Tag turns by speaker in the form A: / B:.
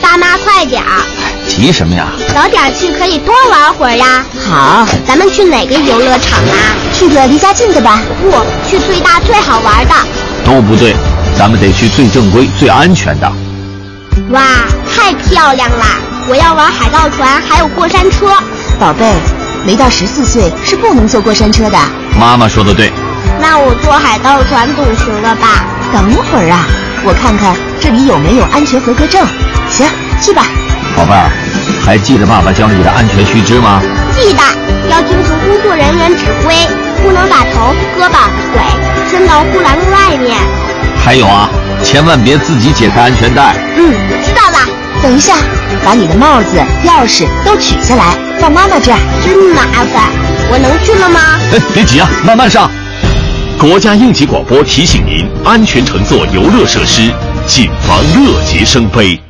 A: 爸妈快点儿，
B: 急什么呀？
A: 早点去可以多玩会儿呀。
C: 好，
A: 咱们去哪个游乐场啊？
C: 去个离家近的吧。
A: 不，去最大最好玩的。
B: 都不对，咱们得去最正规、最安全的。
A: 哇，太漂亮了！我要玩海盗船，还有过山车。
C: 宝贝，没到十四岁是不能坐过山车的，
B: 妈妈说的对，
A: 那我坐海盗船总行了吧？
C: 等一会儿啊，我看看这里有没有安全合格证。行，去吧。
B: 宝贝儿，还记得爸爸教你的安全须知吗？
A: 记得要听从工作人员指挥，不能把头、胳膊、腿伸到护栏外面。
B: 还有啊，千万别自己解开安全带。
A: 嗯，知道了。
C: 等一下，把你的帽子、钥匙都取下来，放妈妈这儿。
A: 真麻烦，我能去了吗？
B: 哎，别急啊，慢慢上。
D: 国家应急广播提醒您：安全乘坐游乐设施，谨防乐极生悲。